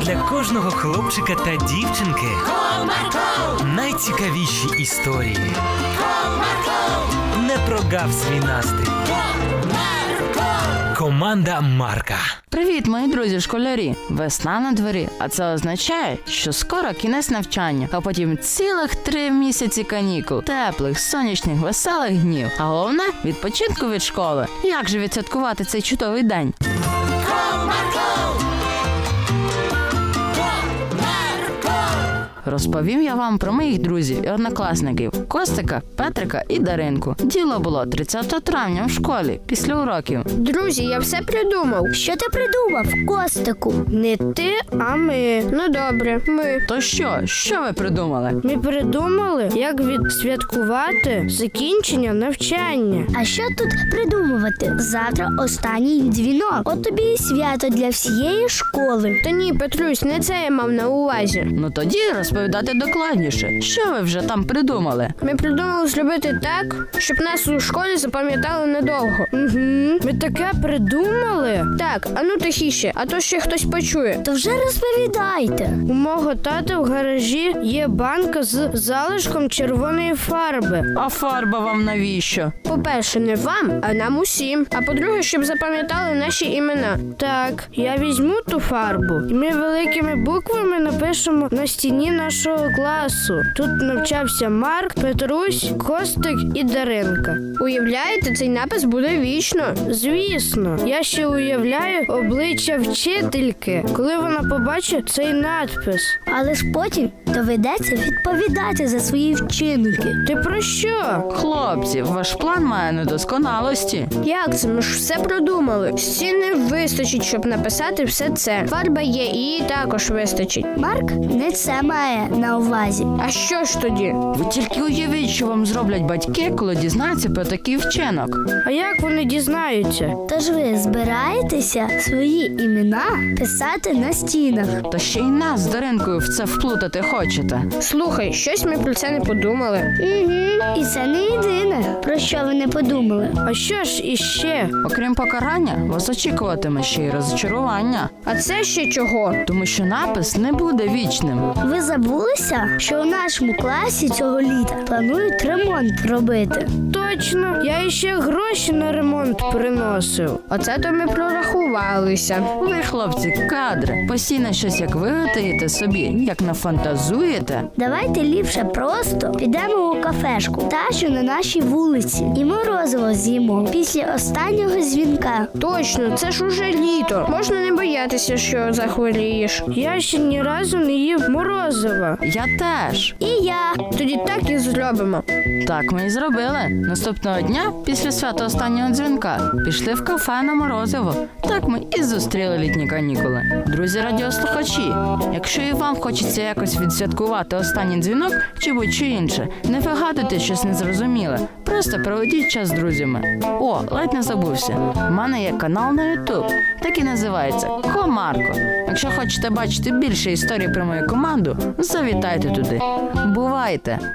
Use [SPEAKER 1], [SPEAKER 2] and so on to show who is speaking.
[SPEAKER 1] для кожного хлопчика та дівчинки найцікавіші історії. Не прогав свій настрій. Команда Марка.
[SPEAKER 2] Привіт, мої друзі, школярі! Весна на дворі, а це означає, що скоро кінець навчання, а потім цілих три місяці канікул, теплих, сонячних, веселих днів. А головне відпочинку від школи. Як же відсвяткувати цей чудовий день? Розповім я вам про моїх друзів і однокласників Костика, Петрика і Даринку. Діло було 30 травня в школі після уроків.
[SPEAKER 3] Друзі, я все придумав.
[SPEAKER 4] Що ти придумав, Костику?
[SPEAKER 3] Не ти, а ми. Ну добре, ми.
[SPEAKER 2] То що, що ви придумали?
[SPEAKER 3] Ми придумали, як відсвяткувати закінчення навчання.
[SPEAKER 4] А що тут придумувати? Завтра останній дзвінок. От тобі і свято для всієї школи.
[SPEAKER 3] Та ні, Петрусь, не це я мав на увазі.
[SPEAKER 2] Ну тоді розповідати докладніше, що ви вже там придумали.
[SPEAKER 3] Ми придумали зробити так, щоб нас у школі запам'ятали надовго. Угу. Ми таке придумали. Так, а ну тихіше, а то ще хтось почує.
[SPEAKER 4] То вже розповідайте.
[SPEAKER 3] У мого тата в гаражі є банка з залишком червоної фарби.
[SPEAKER 2] А фарба вам навіщо?
[SPEAKER 3] По-перше, не вам, а нам усім. А по-друге, щоб запам'ятали наші імена. Так, я візьму ту фарбу, і ми великими буквами напишемо на стіні нашого класу. Тут навчався Марк, Петрусь, Костик і Даринка. Уявляєте, цей напис буде вічно. Звісно, я ще уявляю обличчя вчительки, коли вона побачить цей надпис.
[SPEAKER 4] Але ж потім доведеться відповідати за свої вчинки.
[SPEAKER 3] Ти про що?
[SPEAKER 2] Хлопці, ваш план має недосконалості.
[SPEAKER 3] Як це? Ми ж все продумали. Стіни вистачить, щоб написати все це. Фарба є, і її також вистачить.
[SPEAKER 4] Марк не це має на увазі.
[SPEAKER 3] А що ж тоді?
[SPEAKER 2] Ви тільки уявіть, що вам зроблять батьки, коли дізнаються про такий вчинок.
[SPEAKER 3] А як вони дізнаються?
[SPEAKER 4] Тож ви збираєтеся свої імена писати на стінах.
[SPEAKER 2] Та ще й нас з Даринкою в це вплутати хочете.
[SPEAKER 3] Слухай, щось ми про це не подумали.
[SPEAKER 4] Угу. І це не єдине, про що ви не подумали.
[SPEAKER 3] А що ж іще?
[SPEAKER 2] Окрім покарання, вас очікуватиме ще й розчарування,
[SPEAKER 3] А це ще чого?
[SPEAKER 2] тому що напис не буде вічним.
[SPEAKER 4] Ви забулися, що у нашому класі цього літа планують ремонт робити.
[SPEAKER 3] Точно, я іще гроші на ремонт приносив. Оце то ми прорахувалися.
[SPEAKER 2] Ви, хлопці, кадри, постійно щось як виготаєте собі, як нафантазуєте,
[SPEAKER 4] Давайте ліпше просто підемо у кафешку, та що на нашій вулиці, і морозиво з'їмо після останнього дзвінка.
[SPEAKER 3] Точно, це ж уже літо. Можна не боятися, що захворієш. Я ще ні разу не їв морозива.
[SPEAKER 2] Я теж.
[SPEAKER 4] І я
[SPEAKER 3] Тоді так і зробимо.
[SPEAKER 2] Так ми і зробили. Наступного дня, після свята останнього дзвінка, пішли в кафе на морозиво. Так ми і зустріли літні канікули. Друзі радіослухачі, якщо і вам хочеться якось відсвяткувати останній дзвінок чи будь-що інше, не вигадуйте щось незрозуміле. Просто проведіть час з друзями. О, ледь не забувся. У мене є канал на YouTube, так і називається Комарко. Якщо хочете бачити більше історій про мою команду, завітайте туди. Бувайте!